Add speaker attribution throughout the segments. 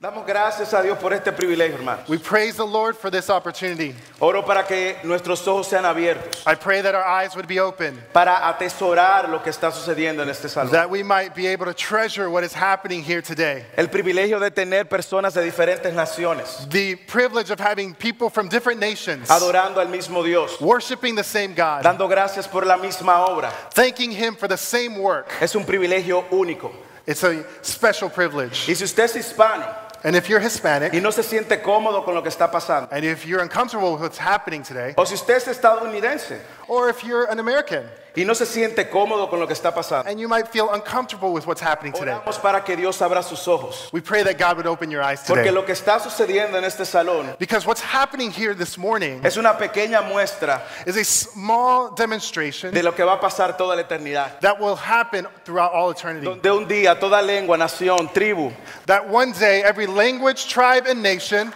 Speaker 1: Damos gracias a Dios por este privilegio, hermano.
Speaker 2: We praise the Lord for this opportunity.
Speaker 1: Oro para que nuestros ojos sean abiertos,
Speaker 2: I pray that our eyes would be open,
Speaker 1: para atesorar lo que está sucediendo en este salón.
Speaker 2: that we might be able to treasure what is happening here today.
Speaker 1: El privilegio de tener personas de diferentes naciones
Speaker 2: The privilege of having people from different nations
Speaker 1: adorando al mismo Dios,
Speaker 2: worshiping the same God,
Speaker 1: dando gracias por la misma obra.
Speaker 2: thanking Him for the same work.
Speaker 1: Es un privilegio único.
Speaker 2: It's a special privilege.
Speaker 1: Y si usted es hispano
Speaker 2: And if you're
Speaker 1: y
Speaker 2: Hispanic,
Speaker 1: no se siente cómodo con lo que está pasando,
Speaker 2: and if you're uncomfortable with what's happening today,
Speaker 1: o si usted es estadounidense
Speaker 2: or if you're an American
Speaker 1: y no se siente cómodo con lo que está pasando,
Speaker 2: and you might feel uncomfortable with what's happening today,
Speaker 1: oramos para que Dios abra sus ojos.
Speaker 2: we pray that God would open your eyes
Speaker 1: Porque
Speaker 2: today.
Speaker 1: lo que está sucediendo en este salón
Speaker 2: Because what's happening here this morning
Speaker 1: es una pequeña muestra
Speaker 2: is a small demonstration
Speaker 1: de lo que va a pasar toda la eternidad.
Speaker 2: that will happen throughout all eternity.
Speaker 1: Donde un día toda lengua, nación, tribu
Speaker 2: That one day, every language, tribe, and nation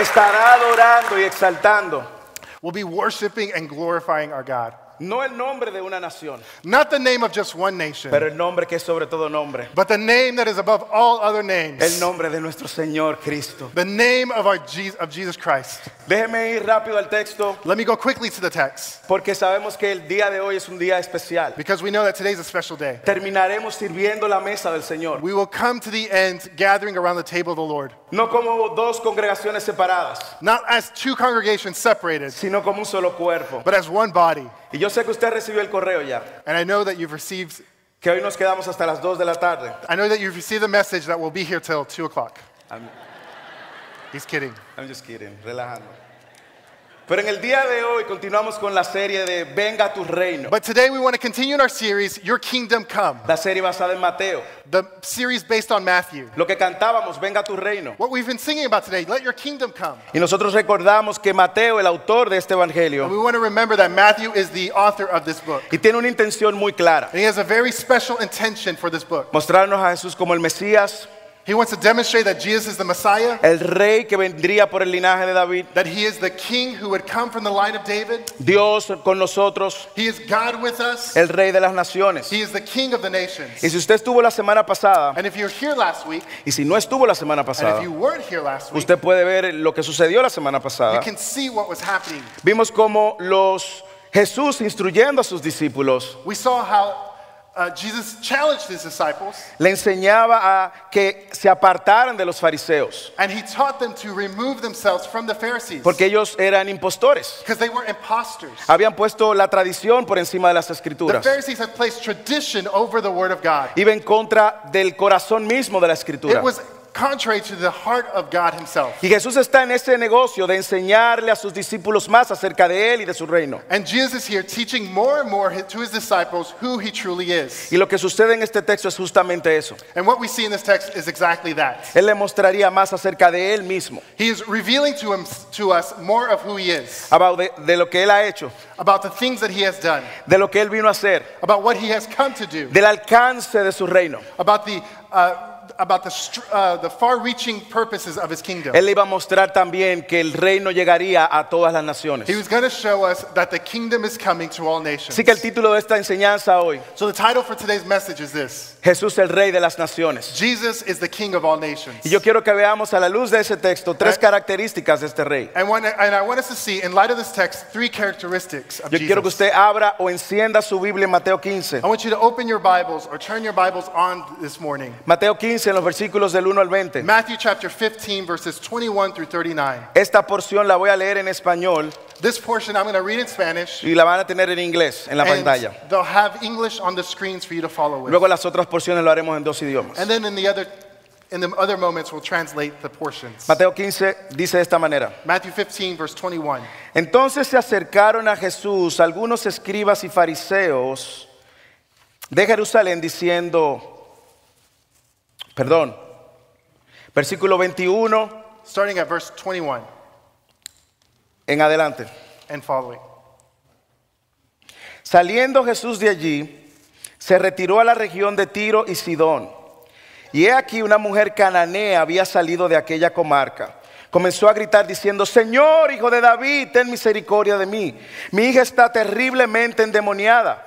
Speaker 1: estará adorando y exaltando.
Speaker 2: will be worshiping and glorifying our God.
Speaker 1: No el nombre de una nación,
Speaker 2: Not the name of just one nation,
Speaker 1: pero el nombre que es sobre todo nombre.
Speaker 2: but the name that is above all other
Speaker 1: El
Speaker 2: names.
Speaker 1: nombre de nuestro Señor Cristo.
Speaker 2: The name of, our Je- of Jesus Christ.
Speaker 1: Déjeme ir rápido al texto
Speaker 2: Let me go quickly to the text
Speaker 1: porque sabemos que el día de hoy es un día especial.
Speaker 2: because we know that today's a special day.
Speaker 1: Terminaremos sirviendo la mesa del Señor.
Speaker 2: We will come to the end gathering around the table of the Lord,
Speaker 1: No como dos congregaciones separadas,
Speaker 2: not as two congregations separated,
Speaker 1: sino como un solo cuerpo.
Speaker 2: but as one body.
Speaker 1: Y yo sé que usted recibió el correo ya,
Speaker 2: And I know that you've received,
Speaker 1: que hoy nos quedamos hasta las 2 de la tarde.
Speaker 2: I know that you've received the message that we'll be here till two o'clock.
Speaker 1: Amén.
Speaker 2: He's kidding.
Speaker 1: I'm just kidding, relajando. Pero en el día de hoy continuamos con la serie de Venga a tu reino.
Speaker 2: But today we want to continue in our series, Your Kingdom Come,
Speaker 1: La serie basada en Mateo.
Speaker 2: the series based on Matthew.
Speaker 1: Lo que cantábamos, Venga a tu reino.
Speaker 2: What we've been singing about today, Let Your Kingdom Come.
Speaker 1: Y nosotros recordamos que Mateo, el autor de este
Speaker 2: And
Speaker 1: evangelio,
Speaker 2: we want to remember that Matthew is the author of this book.
Speaker 1: y tiene una intención muy clara.
Speaker 2: And he has a very special intention for this book.
Speaker 1: Mostrarnos a Jesús como el Mesías,
Speaker 2: He wants to demonstrate that Jesus is the Messiah,
Speaker 1: el rey que vendría por el linaje de David,
Speaker 2: that he is the king who would come from the line of David.
Speaker 1: Dios con nosotros,
Speaker 2: He is God with us.
Speaker 1: el rey de las naciones.
Speaker 2: He is the king of the
Speaker 1: Y
Speaker 2: nations.
Speaker 1: si usted estuvo la semana pasada,
Speaker 2: And if you're here last week,
Speaker 1: y si no estuvo la semana
Speaker 2: and
Speaker 1: pasada,
Speaker 2: if you weren't here last week,
Speaker 1: usted puede ver lo que sucedió la semana
Speaker 2: you
Speaker 1: pasada.
Speaker 2: can see what was happening.
Speaker 1: Vimos cómo los Jesús instruyendo a sus discípulos
Speaker 2: We saw how uh, Jesus challenged his disciples.
Speaker 1: le enseñaba a que se apartaran de los fariseos,
Speaker 2: And he taught them to remove themselves from the Pharisees
Speaker 1: porque ellos eran impostores.
Speaker 2: because they were imposters.
Speaker 1: Habían puesto la tradición por encima de las
Speaker 2: The
Speaker 1: escrituras.
Speaker 2: Pharisees had placed tradition over the word of God.
Speaker 1: Iba en contra del corazón mismo de la escritura.
Speaker 2: It was contrary to the heart of God himself.
Speaker 1: Y Jesús está en ese negocio de enseñarle a sus discípulos más acerca de Él y de su reino.
Speaker 2: And Jesus is here teaching more and more hi- to his disciples who he truly is.
Speaker 1: Y lo que sucede en este texto es justamente eso.
Speaker 2: And what we see in this text is exactly that.
Speaker 1: Él le mostraría más acerca de Él mismo,
Speaker 2: He is revealing to, him, to us more of who he is,
Speaker 1: about de, de lo que Él ha hecho,
Speaker 2: about the things that he has done,
Speaker 1: de lo que Él vino a hacer,
Speaker 2: about what he has come to do,
Speaker 1: del alcance de su reino.
Speaker 2: about the, uh, about the, str- uh, the far reaching purposes of his kingdom.
Speaker 1: Él le iba a mostrar también que el reino llegaría a todas las naciones.
Speaker 2: He was going to show us that the kingdom is coming to all nations.
Speaker 1: Así que el título de esta enseñanza hoy,
Speaker 2: So the title for today's message is this.
Speaker 1: Jesús el Rey de las Naciones.
Speaker 2: Jesus is the king of all nations.
Speaker 1: Y yo quiero que veamos a la luz de ese texto tres características de este rey.
Speaker 2: And, one, and I want us to see, in light of this text, three characteristics of
Speaker 1: Yo quiero que
Speaker 2: Jesus.
Speaker 1: usted abra o encienda su Biblia en Mateo 15.
Speaker 2: I want you to open your Bibles or turn your Bibles on this morning.
Speaker 1: Mateo 15 en los versículos del 1 al 20.
Speaker 2: Matthew chapter 15, verses 21 through 39.
Speaker 1: Esta porción la voy a leer en español
Speaker 2: This portion I'm going to read in Spanish.
Speaker 1: y la van a tener en inglés en la
Speaker 2: and
Speaker 1: pantalla.
Speaker 2: they'll have English on the screens for you to follow with.
Speaker 1: Luego las otras porciones lo haremos en dos idiomas.
Speaker 2: And then in the other, in the other moments, we'll translate the portions.
Speaker 1: Mateo 15 dice de esta manera.
Speaker 2: Matthew 15, verse 21.
Speaker 1: Entonces se acercaron a Jesús algunos escribas y fariseos de Jerusalén diciendo, perdón, versículo 21
Speaker 2: Starting at verse 21
Speaker 1: en adelante.
Speaker 2: and following.
Speaker 1: Saliendo Jesús de allí, se retiró a la región de Tiro y Sidón. Y he aquí una mujer cananea había salido de aquella comarca. Comenzó a gritar diciendo, Señor, hijo de David, ten misericordia de mí. Mi hija está terriblemente endemoniada.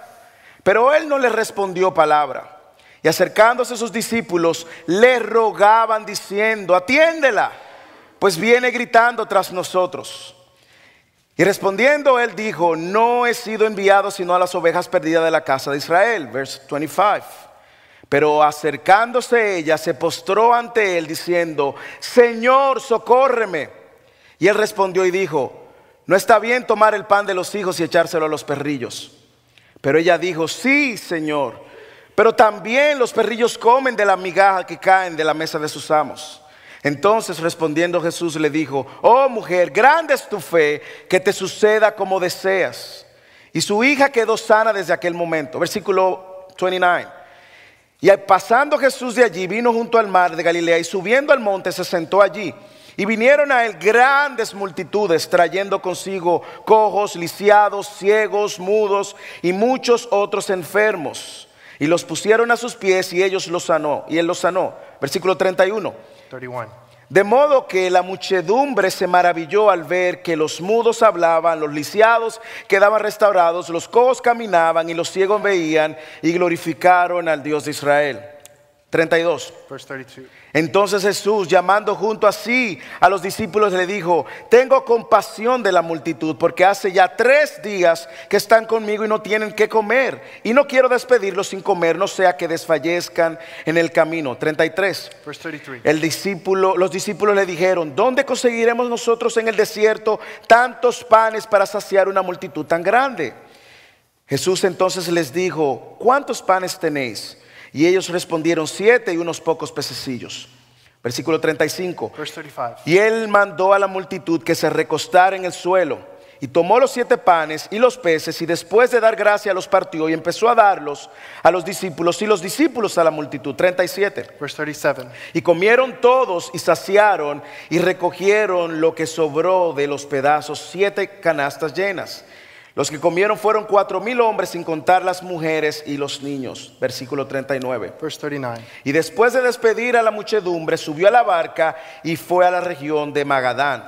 Speaker 1: Pero él no le respondió palabra. Y acercándose sus discípulos, le rogaban diciendo, atiéndela, pues viene gritando tras nosotros. Y respondiendo él dijo, no he sido enviado sino a las ovejas perdidas de la casa de Israel. Verse 25. Pero acercándose ella, se postró ante él diciendo, Señor, socórreme. Y él respondió y dijo, no está bien tomar el pan de los hijos y echárselo a los perrillos. Pero ella dijo, sí, Señor, pero también los perrillos comen de la migaja que caen de la mesa de sus amos. Entonces respondiendo Jesús le dijo, oh mujer, grande es tu fe, que te suceda como deseas. Y su hija quedó sana desde aquel momento. Versículo 29. Y pasando Jesús de allí, vino junto al mar de Galilea y subiendo al monte se sentó allí. Y vinieron a él grandes multitudes, trayendo consigo cojos, lisiados, ciegos, mudos y muchos otros enfermos. Y los pusieron a sus pies y ellos los sanó. Y él los sanó. Versículo 31.
Speaker 2: 31.
Speaker 1: De modo que la muchedumbre se maravilló al ver que los mudos hablaban, los lisiados quedaban restaurados, los cojos caminaban y los ciegos veían y glorificaron al Dios de Israel. 32.
Speaker 2: Verse 32.
Speaker 1: Entonces Jesús, llamando junto a sí a los discípulos, le dijo, tengo compasión de la multitud, porque hace ya tres días que están conmigo y no tienen qué comer, y no quiero despedirlos sin comer, no sea que desfallezcan en el camino. 33.
Speaker 2: Verse 33.
Speaker 1: El discípulo, los discípulos le dijeron, ¿dónde conseguiremos nosotros en el desierto tantos panes para saciar una multitud tan grande? Jesús entonces les dijo, ¿cuántos panes tenéis? Y ellos respondieron, siete y unos pocos pececillos. Versículo 35.
Speaker 2: Verse 35.
Speaker 1: Y él mandó a la multitud que se recostara en el suelo. Y tomó los siete panes y los peces y después de dar gracia los partió y empezó a darlos a los discípulos y los discípulos a la multitud. 37.
Speaker 2: Verse 37.
Speaker 1: Y comieron todos y saciaron y recogieron lo que sobró de los pedazos, siete canastas llenas. Los que comieron fueron cuatro mil hombres sin contar las mujeres y los niños. Versículo 39.
Speaker 2: Verse 39.
Speaker 1: Y después de despedir a la muchedumbre, subió a la barca y fue a la región de Magadán.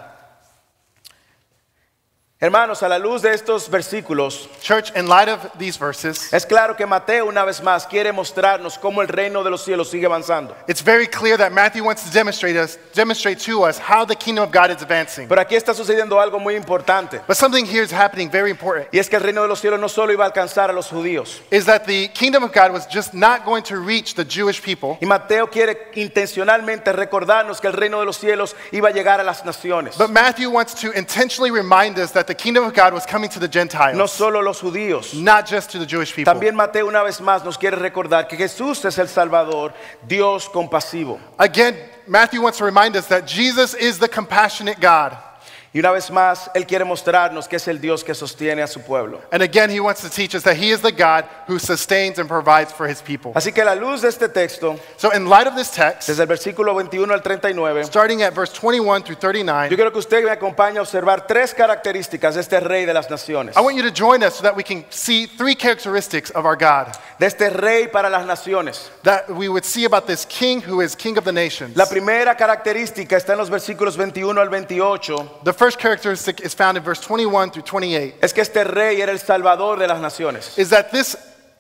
Speaker 1: Hermanos, a la luz de estos versículos,
Speaker 2: Church, in light of these verses,
Speaker 1: es claro que Mateo una vez más quiere mostrarnos cómo el reino de los cielos sigue avanzando.
Speaker 2: it's very clear that Matthew wants to demonstrate, us, demonstrate to us how the kingdom of God is advancing.
Speaker 1: Pero aquí está sucediendo algo muy importante.
Speaker 2: But something here is happening very important
Speaker 1: Y es que el reino de los cielos no solo iba a alcanzar a los judíos.
Speaker 2: is that the kingdom of God was just not going to reach the Jewish people,
Speaker 1: Y Mateo quiere intencionalmente recordarnos que el reino de los cielos iba a llegar a las naciones.
Speaker 2: but Matthew wants to intentionally remind us that the kingdom of God was coming to the
Speaker 1: No
Speaker 2: Gentiles,
Speaker 1: solo los judíos.
Speaker 2: not just to the Jewish people.
Speaker 1: También Mateo una vez más nos quiere recordar que Jesús es el Salvador, Dios compasivo.
Speaker 2: Again, Matthew wants to remind us that Jesus is the compassionate God.
Speaker 1: Y una vez más, Él quiere mostrarnos que es el Dios que sostiene a su pueblo.
Speaker 2: And again, he wants to teach us that he is the God who sustains and provides for his people.
Speaker 1: Así que a la luz de este texto,
Speaker 2: So, in light of this text,
Speaker 1: desde el versículo 21 al 39,
Speaker 2: starting at verse 21 through
Speaker 1: yo
Speaker 2: 39,
Speaker 1: quiero que usted me acompañe a observar tres características de este rey de las naciones.
Speaker 2: I want you to join us so that we can see three characteristics of our God
Speaker 1: De este rey para las naciones.
Speaker 2: that we would see about this king who is king of the nations.
Speaker 1: La primera característica está en los versículos 21 al 28,
Speaker 2: The first characteristic is found in verse 21 through 28
Speaker 1: es que este rey era el salvador de las naciones.
Speaker 2: is that this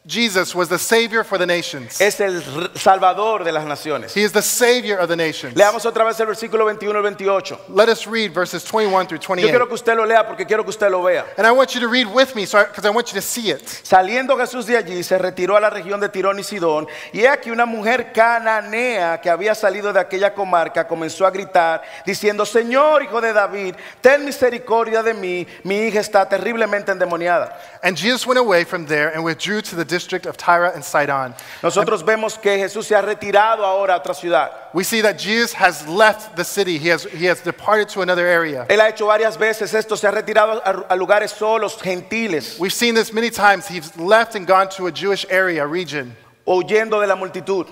Speaker 2: Jesus was the savior for the nations.
Speaker 1: Es el r- salvador de las naciones.
Speaker 2: He is the savior of the nations.
Speaker 1: Leamos otra vez el versículo 21 al 28.
Speaker 2: Let us read verses 21 through
Speaker 1: Yo
Speaker 2: 28.
Speaker 1: quiero que usted lo lea porque quiero que usted lo vea.
Speaker 2: And I want you to read with me because I want you to see it.
Speaker 1: Saliendo Jesús de allí, se retiró a la región de Tirón y Sidón, y he aquí una mujer cananea que había salido de aquella comarca comenzó a gritar, diciendo, Señor, hijo de David, ten misericordia de mí, mi hija está terriblemente endemoniada.
Speaker 2: And Jesus went away from there and withdrew to the district of Tyre and Sidon.
Speaker 1: Nosotros vemos que Jesús se ha retirado ahora a otra ciudad.
Speaker 2: We see that Jesus has left the city, he has, he has departed to another area.
Speaker 1: Él ha hecho varias veces esto, se ha retirado a, a lugares solos, gentiles,
Speaker 2: We've seen this many times. He's left and gone to a Jewish area, region,
Speaker 1: huyendo de la multitud.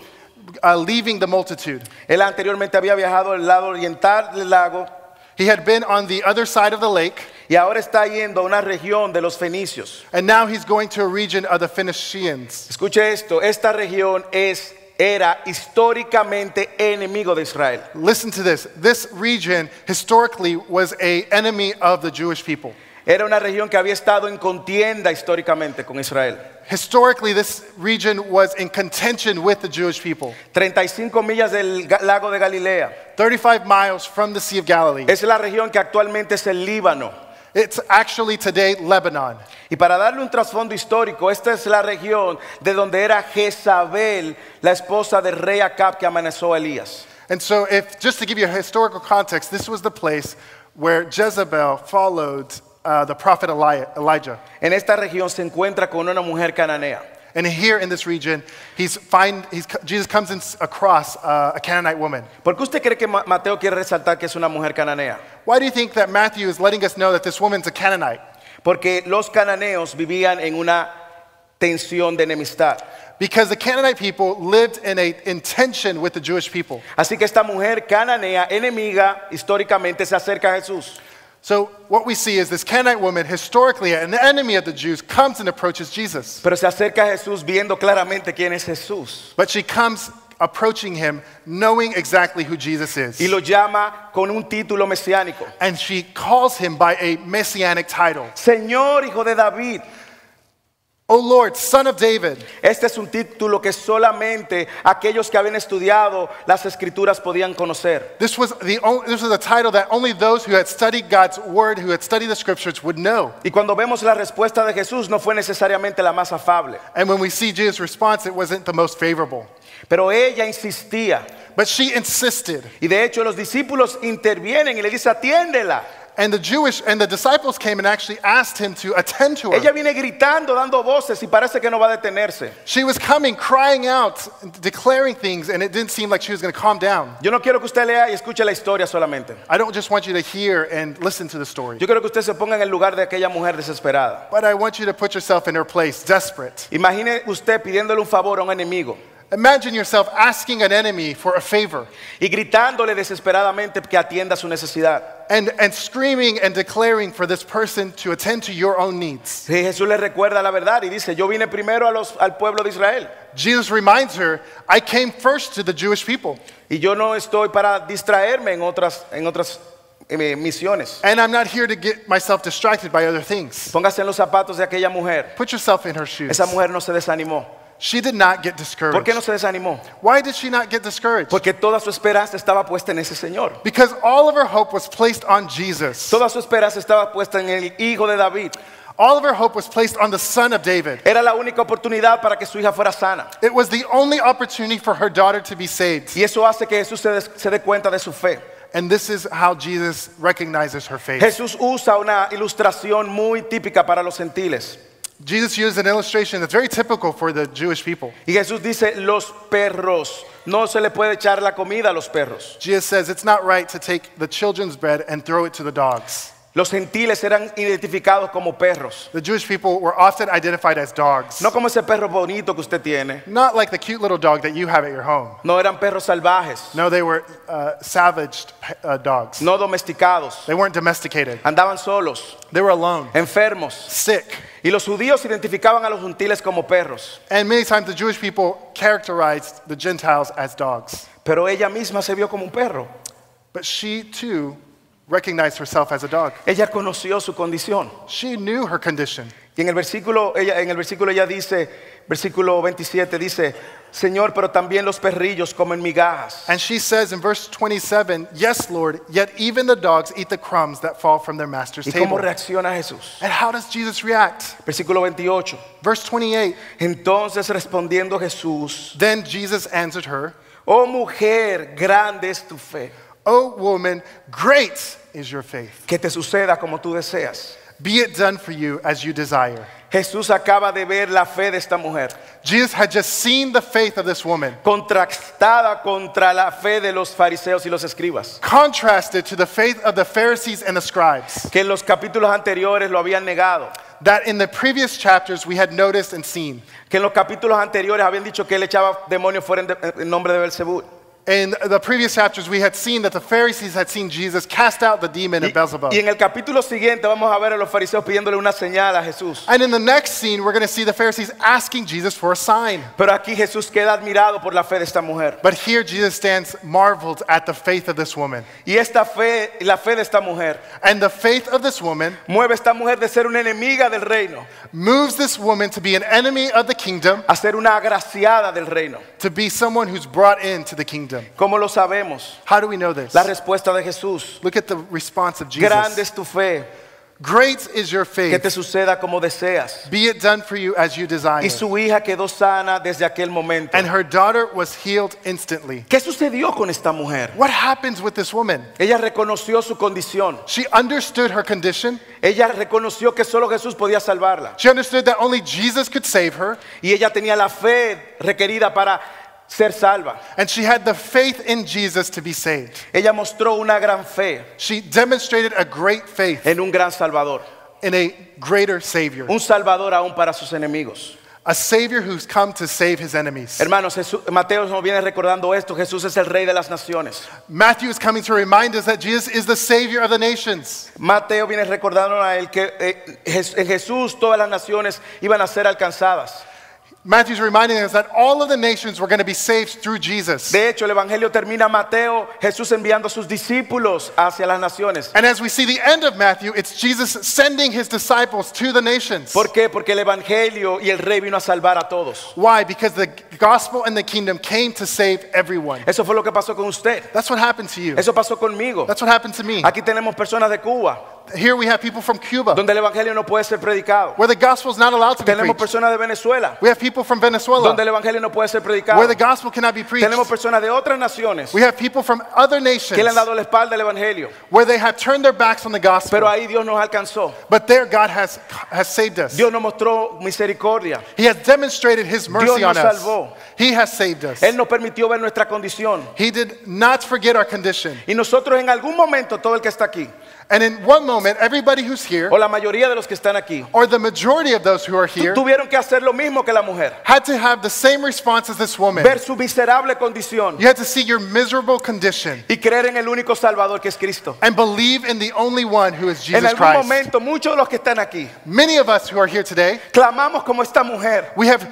Speaker 2: uh, leaving the multitude.
Speaker 1: Él anteriormente había viajado al lado oriental del lago
Speaker 2: He had been on the other side of the lake,
Speaker 1: y ahora está yendo a una región de los fenicios.
Speaker 2: and now he's going to a region of the Phoenicians.
Speaker 1: Escuche esto, esta región es era históricamente enemigo de Israel.
Speaker 2: Listen to this. This region historically was a enemy of the Jewish people.
Speaker 1: Era una región que había estado en contienda históricamente con Israel.
Speaker 2: Historically, this region was in contention with the Jewish people.
Speaker 1: 35 millas del ga- lago de Galilea.
Speaker 2: 35 miles from the Sea of Galilee.
Speaker 1: Es la región que actualmente es el Líbano.
Speaker 2: It's actually today Lebanon.
Speaker 1: Y para darle un trasfondo histórico, esta es la región de donde era Jezabel, la esposa del rey Acab que amenazó a Elías.
Speaker 2: And so, if just to give you a historical context, this was the place where Jezebel followed uh, the prophet Eli- Elijah.
Speaker 1: En esta región se encuentra con una mujer cananea.
Speaker 2: And here in this region, he's find, he's, Jesus comes in, across uh, a Canaanite woman.
Speaker 1: ¿Por qué usted cree que Ma- Mateo quiere resaltar que es una mujer cananea?
Speaker 2: Why do you think that Matthew is letting us know that this woman's a Canaanite?
Speaker 1: Porque los cananeos vivían en una tensión de enemistad.
Speaker 2: Because the Canaanite people lived in a in tension with the Jewish people.
Speaker 1: Así que esta mujer cananea, enemiga, históricamente se acerca a Jesús.
Speaker 2: So what we see is this Canaanite woman, historically an enemy of the Jews, comes and approaches Jesus.
Speaker 1: Pero se acerca a Jesús viendo claramente quién es Jesús.
Speaker 2: But she comes approaching him knowing exactly who Jesus is.
Speaker 1: Y lo llama con un título mesiánico.
Speaker 2: And she calls him by a messianic title.
Speaker 1: Señor hijo de David.
Speaker 2: O Lord, son of David.
Speaker 1: Este es un título que solamente aquellos que habían estudiado las escrituras podían conocer.
Speaker 2: This was, the only, this was a title that only those who had studied God's word, who had studied the scriptures, would know.
Speaker 1: Y cuando vemos la respuesta de Jesús no fue necesariamente la más afable,
Speaker 2: And when we see Jesus' response, it wasn't the most favorable.
Speaker 1: pero ella insistía.
Speaker 2: But she insisted.
Speaker 1: Y de hecho los discípulos intervienen y le dice, atiéndela.
Speaker 2: And the Jewish and the disciples came and actually asked him to attend to her.
Speaker 1: Ella viene gritando, dando voces y parece que no va a detenerse.
Speaker 2: She was coming, crying out, declaring things, and it didn't seem like she was going to calm down.
Speaker 1: Yo no quiero que usted lea y escuche la historia solamente.
Speaker 2: I don't just want you to hear and listen to the story,
Speaker 1: Yo quiero que usted se ponga en el lugar de aquella mujer desesperada.
Speaker 2: but I want you to put yourself in her place, desperate.
Speaker 1: Imagine usted pidiéndole un favor a un enemigo
Speaker 2: Imagine yourself asking an enemy for a favor
Speaker 1: y gritándole desesperadamente que atienda su necesidad.
Speaker 2: and, and screaming and declaring for this person to attend to your own needs.
Speaker 1: Sí, Jesús le recuerda la verdad y dice, yo vine primero a los- al pueblo de Israel
Speaker 2: Jesus reminds her, I came first to the Jewish people,
Speaker 1: y yo no estoy para distraerme en otras, en otras eh, misiones.
Speaker 2: and I'm not here to get myself distracted by other things.
Speaker 1: Póngase en los zapatos de aquella mujer.
Speaker 2: Put yourself in her shoes.
Speaker 1: Esa mujer no se desanimó.
Speaker 2: She did not get
Speaker 1: ¿Por
Speaker 2: discouraged.
Speaker 1: qué no se desanimó?
Speaker 2: Why did she not get discouraged?
Speaker 1: Porque toda su esperanza estaba puesta en ese Señor.
Speaker 2: Because all of her hope was placed on Jesus.
Speaker 1: Toda su esperanza estaba puesta en el hijo de David.
Speaker 2: All of her hope was placed on the son of David.
Speaker 1: Era la única oportunidad para que su hija fuera sana.
Speaker 2: It was the only opportunity for her daughter to be saved.
Speaker 1: Y eso hace que Jesús se, des- se dé cuenta de su fe.
Speaker 2: And this is how Jesus recognizes her faith.
Speaker 1: Jesús usa una ilustración muy típica para los gentiles.
Speaker 2: Jesus used an illustration that's very typical for the Jewish people.
Speaker 1: Y Jesús dice, los perros, no se le puede echar la comida a los perros.
Speaker 2: Jesus says it's not right to take the children's bread and throw it to the dogs.
Speaker 1: Los gentiles eran identificados como perros.
Speaker 2: The Jewish people were often identified as dogs.
Speaker 1: No como ese perro bonito que usted tiene.
Speaker 2: Not like the cute little dog that you have at your home.
Speaker 1: No eran perros salvajes,
Speaker 2: No, they were uh, savaged uh, dogs.
Speaker 1: no domesticados.
Speaker 2: They weren't domesticated.
Speaker 1: Andaban solos,
Speaker 2: They were alone,
Speaker 1: enfermos.
Speaker 2: sick.
Speaker 1: Y los judíos identificaban a los gentiles como perros.
Speaker 2: And many times the Jewish people characterized the Gentiles as dogs.
Speaker 1: Pero ella misma se vio como un perro.
Speaker 2: But she too recognized herself as a dog.
Speaker 1: Ella conoció su condición.
Speaker 2: She knew her condition.
Speaker 1: Y en el versículo ella, en el versículo ella dice, versículo 27 dice, Señor, pero también los perrillos comen migajas.
Speaker 2: And she says in verse 27, Yes, Lord, yet even the dogs eat the crumbs that fall from their master's
Speaker 1: ¿Y cómo
Speaker 2: table.
Speaker 1: reacciona Jesús?
Speaker 2: And how does Jesus react?
Speaker 1: Versículo 28.
Speaker 2: Verse 28,
Speaker 1: Entonces respondiendo Jesús,
Speaker 2: then Jesus answered her,
Speaker 1: oh mujer, grande es tu fe.
Speaker 2: O woman, great is your faith.
Speaker 1: Que te suceda como tú deseas.
Speaker 2: Be it done for you as you desire.
Speaker 1: Jesús acaba de ver la fe de esta mujer,
Speaker 2: Jesus had just seen the faith of this woman,
Speaker 1: contrastada contra la fe de los fariseos y los escribas,
Speaker 2: contrasted to the faith of the Pharisees and the scribes.
Speaker 1: que en los capítulos anteriores lo habían negado.
Speaker 2: that in the previous chapters we had noticed and seen
Speaker 1: que en los capítulos anteriores habían dicho que él echaba demonios fuera en, de- en nombre de Belcebú.
Speaker 2: In the previous chapters, we had seen that the Pharisees had seen Jesus cast out the demon
Speaker 1: Y,
Speaker 2: of Beelzebub.
Speaker 1: y en el capítulo siguiente vamos a ver a los fariseos pidiéndole una señal a Jesús.
Speaker 2: And in the next scene, we're going to see the Pharisees asking Jesus for a sign.
Speaker 1: Pero aquí Jesús queda admirado por la fe de esta mujer.
Speaker 2: But here, Jesus stands marveled at the faith of this woman.
Speaker 1: Y esta fe, la fe de esta mujer,
Speaker 2: And the faith of this woman
Speaker 1: mueve a esta mujer de ser una enemiga del reino
Speaker 2: moves this woman to be an enemy of the kingdom,
Speaker 1: a ser una agraciada del reino.
Speaker 2: to be someone who's brought into the kingdom.
Speaker 1: ¿Cómo lo sabemos?
Speaker 2: How do we know this?
Speaker 1: La respuesta de Jesús.
Speaker 2: Look at the response of
Speaker 1: Grande
Speaker 2: Jesus.
Speaker 1: es tu fe,
Speaker 2: Great is your
Speaker 1: que te
Speaker 2: faith.
Speaker 1: suceda como deseas.
Speaker 2: Be it done for you as you desire.
Speaker 1: Y su hija quedó sana desde aquel momento.
Speaker 2: And her daughter was healed instantly.
Speaker 1: ¿Qué sucedió con esta mujer?
Speaker 2: What happens with this woman?
Speaker 1: Ella reconoció su condición.
Speaker 2: She understood her condition.
Speaker 1: Ella reconoció que solo Jesús podía salvarla.
Speaker 2: She understood that only Jesus could save her.
Speaker 1: Y ella tenía la fe requerida para ser salva.
Speaker 2: And she had the faith in Jesus to be saved.
Speaker 1: Ella mostró una gran fe
Speaker 2: She demonstrated a great faith
Speaker 1: en un gran salvador.
Speaker 2: in a greater Savior,
Speaker 1: Un salvador aún para sus enemigos.
Speaker 2: a Savior who's come to save his enemies.
Speaker 1: Hermanos, Jesús- Mateo nos viene recordando esto. Jesús es el rey de las naciones.
Speaker 2: Matthew is coming to remind us that Jesus is the Savior of the nations.
Speaker 1: Mateo viene recordando a él que eh, Jes- en Jesús todas las naciones iban a ser alcanzadas.
Speaker 2: Matthew's reminding us that all of the nations were going to be saved through Jesus.
Speaker 1: De hecho, el Evangelio termina Mateo, Jesús enviando a sus discípulos hacia las naciones.
Speaker 2: And as we see the end of Matthew, it's Jesus sending his disciples to the nations.
Speaker 1: ¿Por qué? Porque el Evangelio y el rey vino a salvar a todos.
Speaker 2: Why? Because the gospel and the kingdom came to save everyone.
Speaker 1: Eso fue lo que pasó con usted.
Speaker 2: That's what happened to you.
Speaker 1: Eso pasó conmigo.
Speaker 2: That's what happened to me.
Speaker 1: Aquí tenemos personas de Cuba,
Speaker 2: Here we have people from Cuba
Speaker 1: donde el Evangelio no puede ser predicado.
Speaker 2: where the gospel is not allowed to be
Speaker 1: Tenemos
Speaker 2: preached.
Speaker 1: personas de Venezuela,
Speaker 2: We have people from Venezuela
Speaker 1: donde el Evangelio no puede ser predicado.
Speaker 2: where the gospel cannot be preached.
Speaker 1: Tenemos personas de otras naciones
Speaker 2: We have people from other
Speaker 1: que le
Speaker 2: nations
Speaker 1: han dado la espalda al Evangelio.
Speaker 2: where they have turned their backs on the
Speaker 1: Pero
Speaker 2: gospel.
Speaker 1: ahí Dios nos alcanzó.
Speaker 2: But there God has, has saved us.
Speaker 1: Dios nos mostró misericordia.
Speaker 2: He has demonstrated his mercy
Speaker 1: nos
Speaker 2: on us.
Speaker 1: salvó.
Speaker 2: He has saved us.
Speaker 1: Él nos permitió ver nuestra condición.
Speaker 2: He did not forget our condition.
Speaker 1: Y nosotros en algún momento, todo el que está aquí,
Speaker 2: And in one moment, everybody who's here,
Speaker 1: o la mayoría de los que están aquí,
Speaker 2: or the majority of those who are
Speaker 1: tu-
Speaker 2: here,
Speaker 1: tuvieron que hacer lo mismo que la mujer.
Speaker 2: had to have the same response as this woman.
Speaker 1: Ver su miserable condición
Speaker 2: You had to see your miserable condition
Speaker 1: y creer en el único Salvador que es Cristo.
Speaker 2: and believe in the only one who is
Speaker 1: En
Speaker 2: Jesus
Speaker 1: algún
Speaker 2: Christ.
Speaker 1: momento, muchos de los que están aquí,
Speaker 2: Many of us who are here today,
Speaker 1: clamamos como esta mujer.
Speaker 2: we have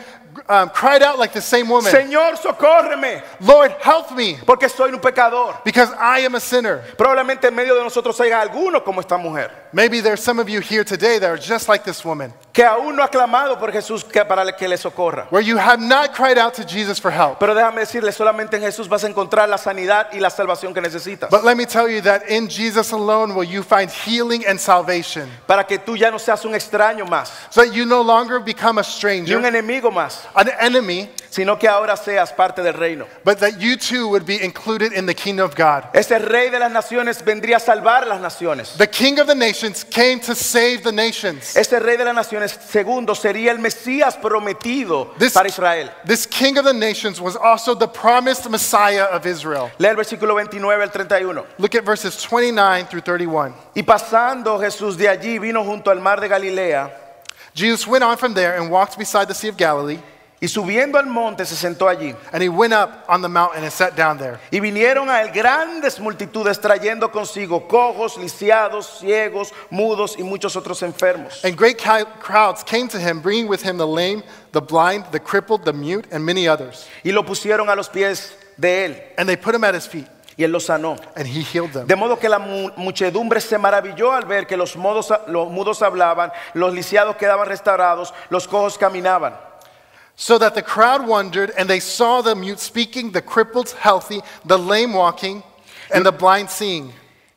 Speaker 2: um, cried out like the same woman
Speaker 1: Señor, socórreme,
Speaker 2: Lord, help me,
Speaker 1: porque soy un pecador.
Speaker 2: because I am a sinner.
Speaker 1: Probablemente en medio de nosotros haya alguno como esta mujer,
Speaker 2: Maybe there's some of you here today that are just like this woman,
Speaker 1: que aún no ha clamado por Jesús que- para que le socorra.
Speaker 2: where you have not cried out to Jesus for help.
Speaker 1: Pero déjame decirle, solamente en Jesús vas a encontrar la sanidad y la salvación que necesitas.
Speaker 2: But let me tell you that in Jesus alone will you find healing and salvation,
Speaker 1: Para que tú ya no seas un extraño más,
Speaker 2: so that you no longer become a
Speaker 1: ni un
Speaker 2: stranger,
Speaker 1: enemigo más,
Speaker 2: an enemy,
Speaker 1: sino que ahora seas parte del reino.
Speaker 2: but that you too would be included in the kingdom of God.
Speaker 1: Ese Este rey de las naciones vendría a salvar las naciones.
Speaker 2: The king of the nations came to save the nations.
Speaker 1: Ese Este rey de las naciones, segundo, sería el Mesías prometido
Speaker 2: This-
Speaker 1: para Israel.
Speaker 2: This king of the nations was also the promised Messiah of Israel.
Speaker 1: Lea el versículo 29 al 31.
Speaker 2: Look at verses 29 through 31.
Speaker 1: Y pasando Jesús de allí, vino junto al mar de Galilea,
Speaker 2: Jesus went on from there and walked beside the Sea of Galilee,
Speaker 1: y subiendo al monte se sentó allí.
Speaker 2: and he went up on the mountain and sat down there.
Speaker 1: Y vinieron a él grandes multitudes trayendo consigo cojos, lisiados, ciegos, mudos y muchos otros enfermos.
Speaker 2: And great ki- crowds came to him, bringing with him the lame, the blind, the crippled, the mute, and many others.
Speaker 1: Y lo pusieron a los pies de él
Speaker 2: And they put him at his feet,
Speaker 1: y él los sanó.
Speaker 2: and he healed them.
Speaker 1: De modo que la mu- muchedumbre se maravilló al ver que los, modos- los mudos hablaban, los lisiados quedaban restaurados, los cojos caminaban.
Speaker 2: So that the crowd wondered, and they saw the mute speaking, the crippled healthy, the lame walking, and the blind seeing.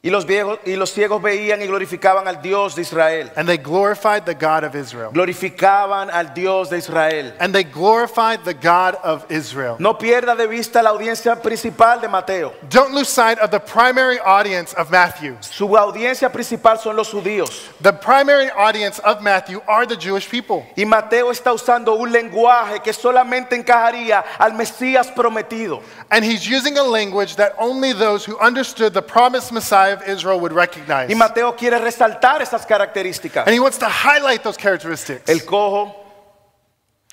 Speaker 1: Y los, viejos, y los ciegos veían y glorificaban al Dios de Israel.
Speaker 2: And they glorified the God of Israel.
Speaker 1: Glorificaban al Dios de Israel.
Speaker 2: And they glorified the God of Israel.
Speaker 1: No pierda de vista la audiencia principal de Mateo.
Speaker 2: Don't lose sight of the primary audience of Matthew.
Speaker 1: Su audiencia principal son los judíos.
Speaker 2: The primary audience of Matthew are the Jewish people.
Speaker 1: Y Mateo está usando un lenguaje que solamente encajaría al Mesías prometido.
Speaker 2: And he's using a language that only those who understood the promised Messiah of Israel would recognize.
Speaker 1: Y Mateo quiere resaltar esas características.
Speaker 2: And he wants to highlight those characteristics.
Speaker 1: El cojo,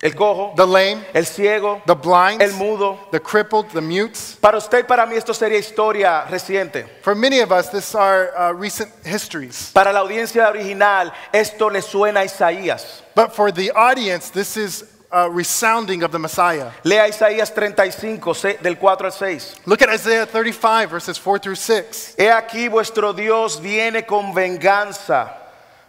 Speaker 1: el cojo,
Speaker 2: the lame,
Speaker 1: el ciego,
Speaker 2: the blind,
Speaker 1: el mudo.
Speaker 2: the crippled, the mutes.
Speaker 1: Para usted y para mí esto sería historia reciente.
Speaker 2: For many of us, this are uh, recent histories.
Speaker 1: Para la audiencia original esto le suena a Isaías.
Speaker 2: But for the audience, this is a resounding of the Messiah.
Speaker 1: Lea Isaías 35, se- del 4 al 6.
Speaker 2: Look at Isaiah 35, verses 4 through 6.
Speaker 1: He aquí vuestro Dios viene con venganza.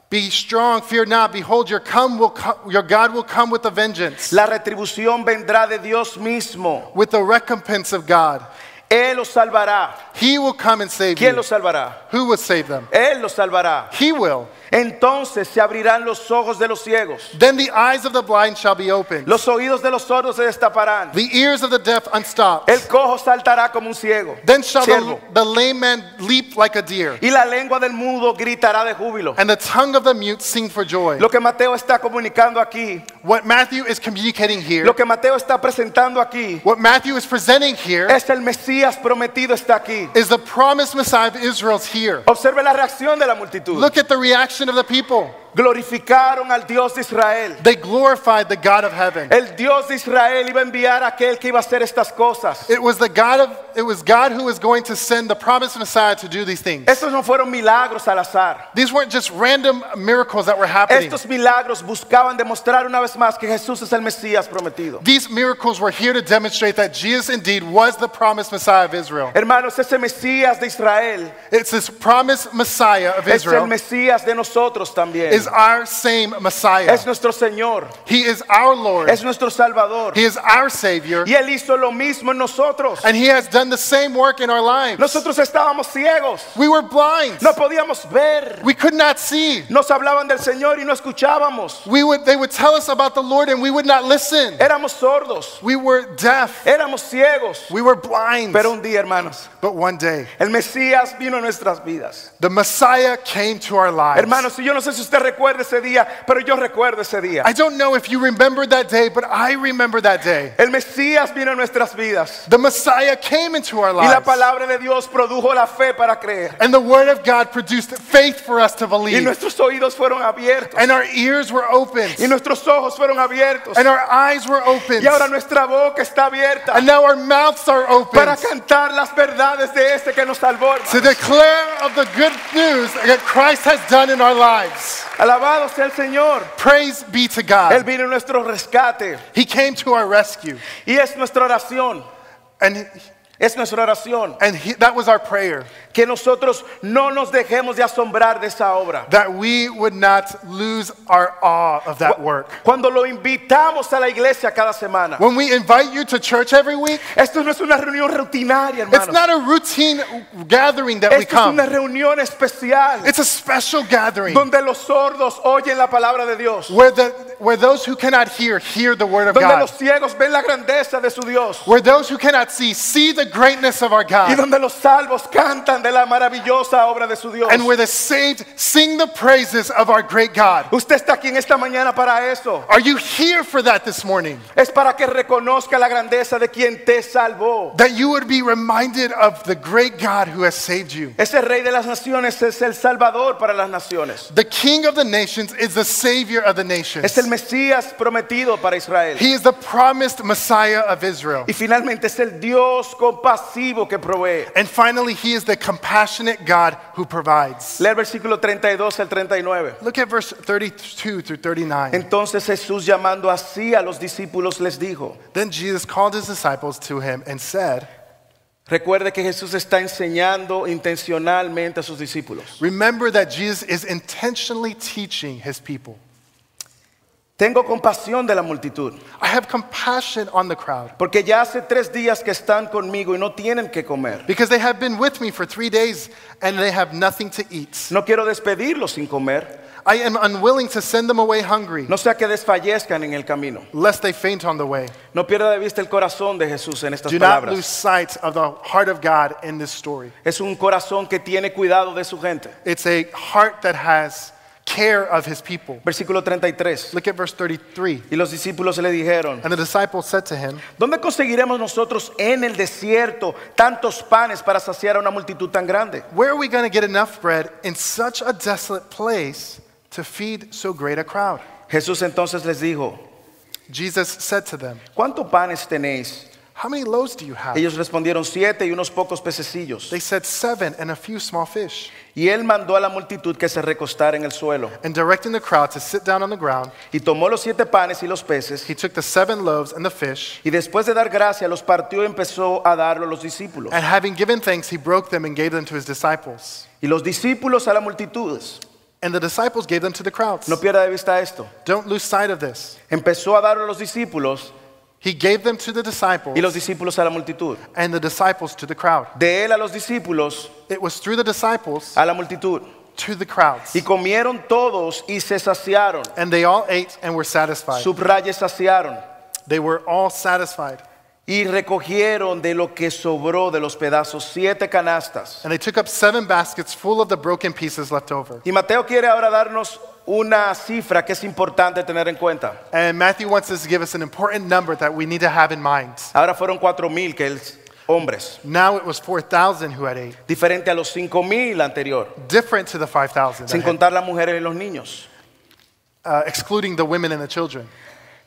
Speaker 2: Be strong, fear not. Behold, your, come will co- your God will come with a vengeance,
Speaker 1: La retribución vendrá de Dios mismo.
Speaker 2: with the recompense of God.
Speaker 1: Él los salvará.
Speaker 2: He will come and save
Speaker 1: ¿Quién
Speaker 2: you.
Speaker 1: los salvará?
Speaker 2: Who will save them?
Speaker 1: Él los salvará.
Speaker 2: He will.
Speaker 1: Entonces se abrirán los ojos de los ciegos.
Speaker 2: Then the eyes of the blind shall be opened,
Speaker 1: Los oídos de los sordos se destaparán.
Speaker 2: the ears of the deaf unstopped.
Speaker 1: El cojo saltará como un ciego.
Speaker 2: Then shall the,
Speaker 1: Siervo.
Speaker 2: the lame man leap like a deer,
Speaker 1: Y la lengua del mudo gritará de júbilo.
Speaker 2: and the tongue of the mute sing for joy.
Speaker 1: Lo que Mateo está comunicando aquí,
Speaker 2: What Matthew is communicating here,
Speaker 1: lo que Mateo está presentando aquí,
Speaker 2: what Matthew is presenting here,
Speaker 1: es el Mesías prometido está aquí.
Speaker 2: is the promised Messiah of Israel's here.
Speaker 1: Observe la reacción de la multitud.
Speaker 2: Look at the reaction of the people.
Speaker 1: Glorificaron al Dios de Israel.
Speaker 2: They glorified the God of heaven.
Speaker 1: El Dios de Israel iba a enviar a aquel que iba a hacer estas cosas.
Speaker 2: It was the God of it was God who was going to send the promised Messiah to do these things.
Speaker 1: Estos no fueron milagros al azar.
Speaker 2: These weren't just random miracles that were happening.
Speaker 1: Estos milagros buscaban demostrar una vez más que Jesús es el Mesías prometido.
Speaker 2: These miracles were here to demonstrate that Jesus indeed was the promised Messiah of Israel.
Speaker 1: Hermanos, ese Mesías de Israel
Speaker 2: It's this promised Messiah of
Speaker 1: es el
Speaker 2: Israel
Speaker 1: Mesías de nosotros también.
Speaker 2: is our same Messiah.
Speaker 1: Es nuestro Señor,
Speaker 2: He is our Lord.
Speaker 1: es nuestro Salvador.
Speaker 2: He is our Savior.
Speaker 1: Y Él hizo lo mismo en nosotros.
Speaker 2: And He has done the same work in our lives.
Speaker 1: Nosotros estábamos ciegos,
Speaker 2: We were blind.
Speaker 1: no podíamos ver.
Speaker 2: We could not see.
Speaker 1: Nos hablaban del Señor y no escuchábamos.
Speaker 2: We would, they would tell us about the Lord and we would not listen.
Speaker 1: Éramos sordos,
Speaker 2: We were deaf.
Speaker 1: éramos ciegos.
Speaker 2: We were blind.
Speaker 1: Pero un día, hermanos,
Speaker 2: But one day,
Speaker 1: El Mesías vino a nuestras vidas.
Speaker 2: the Messiah came to our lives.
Speaker 1: Hermanos, y yo no sé si usted recuerda ese día, pero yo recuerdo ese día.
Speaker 2: I don't know if you remember that day, but I remember that day.
Speaker 1: El Mesías vino a nuestras vidas.
Speaker 2: The Messiah came into our
Speaker 1: Y la
Speaker 2: lives.
Speaker 1: palabra de Dios produjo la fe para creer.
Speaker 2: And the Word of God produced faith for us to
Speaker 1: Y
Speaker 2: believe.
Speaker 1: nuestros oídos fueron abiertos.
Speaker 2: And our ears were opened.
Speaker 1: Y nuestros ojos fueron abiertos.
Speaker 2: And our eyes were opened.
Speaker 1: Y ahora nuestra boca está abierta
Speaker 2: And now our mouths are
Speaker 1: para
Speaker 2: open
Speaker 1: cantar las verdades de este que nos salvó. hermano.
Speaker 2: to declare of the good news that Christ has done in our lives.
Speaker 1: Alabado sea el Señor.
Speaker 2: Praise be to
Speaker 1: Él
Speaker 2: God.
Speaker 1: vino a nuestro rescate.
Speaker 2: He came to our rescue.
Speaker 1: Y es nuestra oración.
Speaker 2: And,
Speaker 1: Es nuestra oración.
Speaker 2: and he, that was our prayer
Speaker 1: Que nosotros no nos dejemos de asombrar de esa obra.
Speaker 2: that we would not lose our awe of that work.
Speaker 1: Cuando lo invitamos a la iglesia cada semana.
Speaker 2: When we invite you to church every week,
Speaker 1: Esto no es una reunión rutinaria,
Speaker 2: it's
Speaker 1: hermano.
Speaker 2: not a routine gathering that we
Speaker 1: Esto es una
Speaker 2: come,
Speaker 1: reunión especial
Speaker 2: it's a special gathering.
Speaker 1: donde los sordos oyen la palabra de Dios.
Speaker 2: where, the, where those who cannot hear hear the word of
Speaker 1: Donde
Speaker 2: God,
Speaker 1: los ciegos ven la grandeza de su Dios.
Speaker 2: where those who cannot see see the greatness of our
Speaker 1: Y
Speaker 2: God,
Speaker 1: donde los salvos cantan de la maravillosa obra de su Dios.
Speaker 2: and where the saved sing the praises of our great God.
Speaker 1: Usted está aquí en esta mañana para eso.
Speaker 2: Are you here for that this morning?
Speaker 1: Es para que reconozca la grandeza de quien te salvó.
Speaker 2: That you would be reminded of the great God who has saved you.
Speaker 1: Ese rey de las naciones es el salvador para las naciones.
Speaker 2: The King of the nations is the Savior of the nations.
Speaker 1: Es el Mesías prometido para Israel.
Speaker 2: He is the promised Messiah of Israel.
Speaker 1: Y finalmente es el Dios compasivo que provee.
Speaker 2: And finally, He is the compassionate God who provides.
Speaker 1: Lea el versículo 32 al 39.
Speaker 2: Look at verse 32 through 39.
Speaker 1: Entonces Jesús llamando así a los discípulos les dijo,
Speaker 2: Then Jesus called his disciples to him and said,
Speaker 1: recuerde que Jesús está enseñando intencionalmente a sus discípulos.
Speaker 2: Remember that Jesus is intentionally teaching his people.
Speaker 1: Tengo compasión de la multitud,
Speaker 2: I have compassion on the crowd
Speaker 1: porque ya hace tres días que están conmigo y no tienen que comer.
Speaker 2: because they have been with me for three days and they have nothing to eat.
Speaker 1: No quiero despedirlos sin comer,
Speaker 2: I am unwilling to send them away hungry,
Speaker 1: no sea que desfallezcan en el camino.
Speaker 2: lest they faint on the way.
Speaker 1: No pierda de vista el corazón de Jesús en estas
Speaker 2: Do not
Speaker 1: palabras.
Speaker 2: lose sight of the heart of God in this story.
Speaker 1: Es un corazón que tiene cuidado de su gente.
Speaker 2: It's a heart that has care of his people.
Speaker 1: Versículo 33.
Speaker 2: Look at verse 33.
Speaker 1: Y los discípulos le dijeron,
Speaker 2: And the disciples said to him,
Speaker 1: ¿Dónde conseguiremos nosotros en el desierto tantos panes para saciar a una multitud tan grande?
Speaker 2: Where are we going to get enough bread in such a desolate place to feed so great a crowd?
Speaker 1: Jesús entonces les dijo,
Speaker 2: Jesus said to them,
Speaker 1: ¿cuántos panes tenéis?
Speaker 2: How many loaves do you have?
Speaker 1: Ellos respondieron siete y unos pocos pececillos.
Speaker 2: They said, Seven and a few small fish.
Speaker 1: Y él mandó a la multitud que se recostara en el suelo.
Speaker 2: And directing the crowd to sit down on the ground,
Speaker 1: Y tomó los siete panes y los peces.
Speaker 2: he took the seven loaves and the fish,
Speaker 1: Y después de dar gracia, los partió y empezó a darlo a los discípulos.
Speaker 2: and having given thanks, he broke them and gave them to his disciples.
Speaker 1: Y los discípulos a las multitudes.
Speaker 2: And the disciples gave them to the crowds.
Speaker 1: No pierda de vista esto.
Speaker 2: Don't lose sight of this.
Speaker 1: Empezó a darlo a los discípulos
Speaker 2: He gave them to the disciples
Speaker 1: y los discípulos a la multitud.
Speaker 2: and the disciples to the crowd.
Speaker 1: De él a los discípulos
Speaker 2: It was through the disciples
Speaker 1: a la multitud.
Speaker 2: to the crowds.
Speaker 1: Y comieron todos y se saciaron.
Speaker 2: And they all ate and were satisfied.
Speaker 1: Subraye saciaron.
Speaker 2: They were all satisfied.
Speaker 1: Y recogieron de lo que sobró de los pedazos siete canastas.
Speaker 2: And they took up seven baskets full of the broken pieces left over.
Speaker 1: Y Mateo quiere ahora darnos una cifra que es importante tener en cuenta.
Speaker 2: And Matthew wants us to give us an important number that we need to have in mind.
Speaker 1: Ahora fueron cuatro mil que es- hombres,
Speaker 2: Now it was 4,000 who had ate,
Speaker 1: diferente a los cinco mil anterior,
Speaker 2: different to the 5,000, that
Speaker 1: sin
Speaker 2: had,
Speaker 1: contar las mujeres y los niños.
Speaker 2: uh, excluding the women and the children.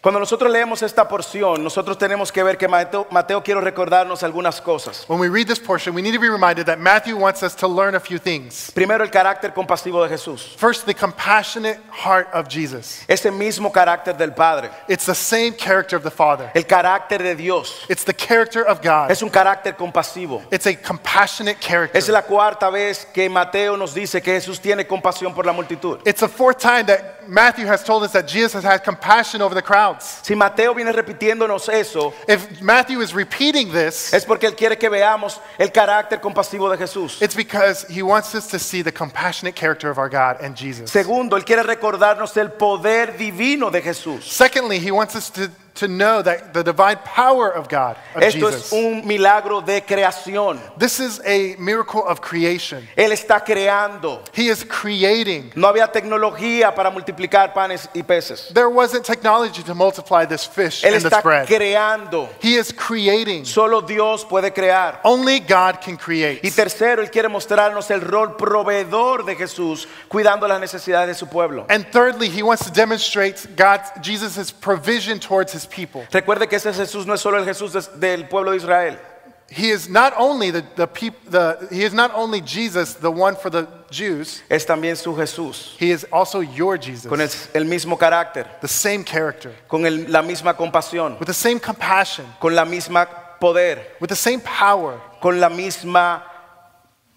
Speaker 1: Cuando nosotros leemos esta porción, nosotros tenemos que ver que Mateo, Mateo quiere recordarnos algunas cosas.
Speaker 2: When we read this portion, we need to be reminded that Matthew wants us to learn a few things.
Speaker 1: Primero, el carácter compasivo de Jesús.
Speaker 2: First, the compassionate heart of Jesus.
Speaker 1: Ese mismo carácter del Padre,
Speaker 2: It's the same character of the Father.
Speaker 1: el carácter de Dios.
Speaker 2: It's the character of God.
Speaker 1: Es un carácter compasivo.
Speaker 2: It's a compassionate character.
Speaker 1: Es la cuarta vez que Mateo nos dice que Jesús tiene compasión por la multitud.
Speaker 2: It's the fourth time that Matthew has told us that Jesus has had compassion over the crowds.
Speaker 1: Si Mateo viene repitiéndonos eso,
Speaker 2: If Matthew is repeating this,
Speaker 1: es porque él quiere que veamos el carácter compasivo de Jesús.
Speaker 2: it's because he wants us to see the compassionate character of our God and Jesus.
Speaker 1: Segundo, él quiere recordarnos el poder divino de Jesús.
Speaker 2: Secondly, he wants us to, to know that the divine power of God, of
Speaker 1: Esto es
Speaker 2: Jesus,
Speaker 1: un milagro de creación.
Speaker 2: this is a miracle of creation.
Speaker 1: Él está creando.
Speaker 2: He is creating.
Speaker 1: No había tecnología para multiplicar panes y peces.
Speaker 2: There wasn't technology to multiply this fish
Speaker 1: Él
Speaker 2: and this
Speaker 1: está
Speaker 2: bread.
Speaker 1: creando.
Speaker 2: He is creating.
Speaker 1: Solo Dios puede crear.
Speaker 2: Only God can
Speaker 1: Y
Speaker 2: create.
Speaker 1: tercero, Él quiere mostrarnos el rol proveedor de Jesús, cuidando las necesidades de su pueblo.
Speaker 2: And thirdly, he wants to demonstrate God's Jesus' provision towards his people.
Speaker 1: Recuerde que ese Jesús no es solo el Jesús des- del pueblo de Israel.
Speaker 2: He is not only the, the, peop, the he is not only Jesus, the one for the Jews,
Speaker 1: Es también su Jesús,
Speaker 2: he is also your Jesus.
Speaker 1: con el, el mismo carácter,
Speaker 2: the same character,
Speaker 1: con el- la misma compasión,
Speaker 2: with the same compassion,
Speaker 1: con la misma poder,
Speaker 2: with the same power,
Speaker 1: con la misma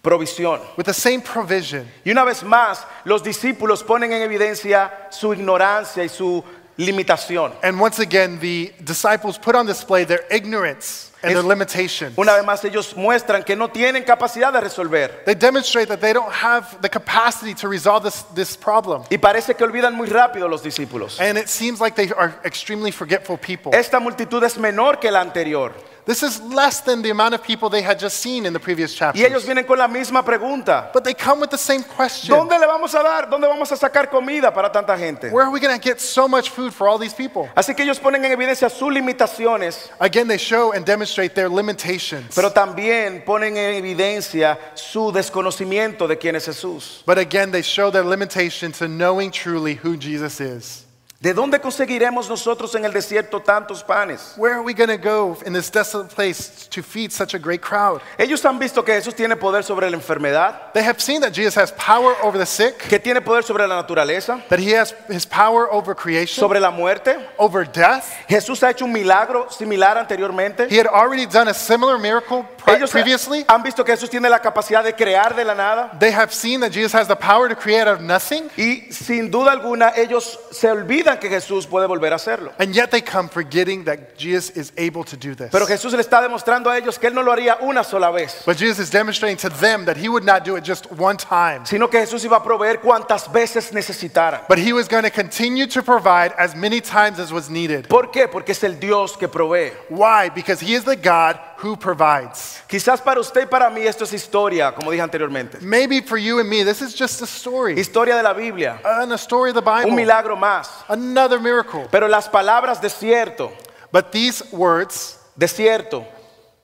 Speaker 1: provisión.
Speaker 2: with the same provision.
Speaker 1: Y una vez más, los discípulos ponen en evidencia su ignorancia y su limitación.
Speaker 2: And once again, the disciples put on display their ignorance and their
Speaker 1: Es-
Speaker 2: limitations.
Speaker 1: Una vez más, ellos muestran que no tienen capacidad de resolver.
Speaker 2: They demonstrate that they don't have the capacity to resolve this, this problem.
Speaker 1: Y parece que olvidan muy rápido los discípulos.
Speaker 2: And it seems like they are extremely forgetful people.
Speaker 1: Esta multitud es menor que la anterior.
Speaker 2: This is less than the amount of people they had just seen in the previous
Speaker 1: Y ellos
Speaker 2: chapters.
Speaker 1: vienen con la misma pregunta.
Speaker 2: But they come with the same question.
Speaker 1: ¿Dónde le vamos a dar? ¿Dónde vamos a sacar comida para tanta gente?
Speaker 2: Where are we going to get so much food for all these people?
Speaker 1: Así que ellos ponen en evidencia sus limitaciones,
Speaker 2: Again, they show and demonstrate their limitations.
Speaker 1: pero también ponen en evidencia su desconocimiento de quién es Jesús.
Speaker 2: But again, they show their limitation to knowing truly who Jesus is.
Speaker 1: ¿De dónde conseguiremos nosotros en el desierto tantos panes?
Speaker 2: Where are we going to go in this desolate place to feed such a great crowd?
Speaker 1: Ellos han visto que Jesús tiene poder sobre la enfermedad,
Speaker 2: They have seen that Jesus has power over the sick,
Speaker 1: que tiene poder sobre la naturaleza,
Speaker 2: that he has his power over creation,
Speaker 1: sobre la muerte.
Speaker 2: over death.
Speaker 1: Jesús ha hecho un milagro similar anteriormente.
Speaker 2: He had already done a similar miracle pri-
Speaker 1: Ellos
Speaker 2: previously.
Speaker 1: han visto que Jesús tiene la capacidad de crear de la nada.
Speaker 2: They have seen that Jesus has the power to create out of nothing,
Speaker 1: Y sin duda alguna ellos se olvidan que Jesús puede volver a hacerlo.
Speaker 2: and yet they come forgetting that Jesus is able to do this.
Speaker 1: Pero Jesús le está demostrando a ellos que Él no lo haría una sola vez,
Speaker 2: But Jesus is demonstrating to them that he would not do it just one time,
Speaker 1: sino que Jesús iba a proveer cuantas veces necesitaran.
Speaker 2: but he was going to continue to provide as many times as was needed.
Speaker 1: ¿Por qué? Porque es el Dios que provee.
Speaker 2: Why? Because he is the God who provides.
Speaker 1: Quizás para usted y para mí esto es historia, como dije anteriormente.
Speaker 2: Maybe for you and me, this is just a story
Speaker 1: Historia de la Biblia,
Speaker 2: and a story of the
Speaker 1: un
Speaker 2: Bible,
Speaker 1: milagro más.
Speaker 2: another miracle.
Speaker 1: Pero las palabras desierto,
Speaker 2: But these words
Speaker 1: desierto,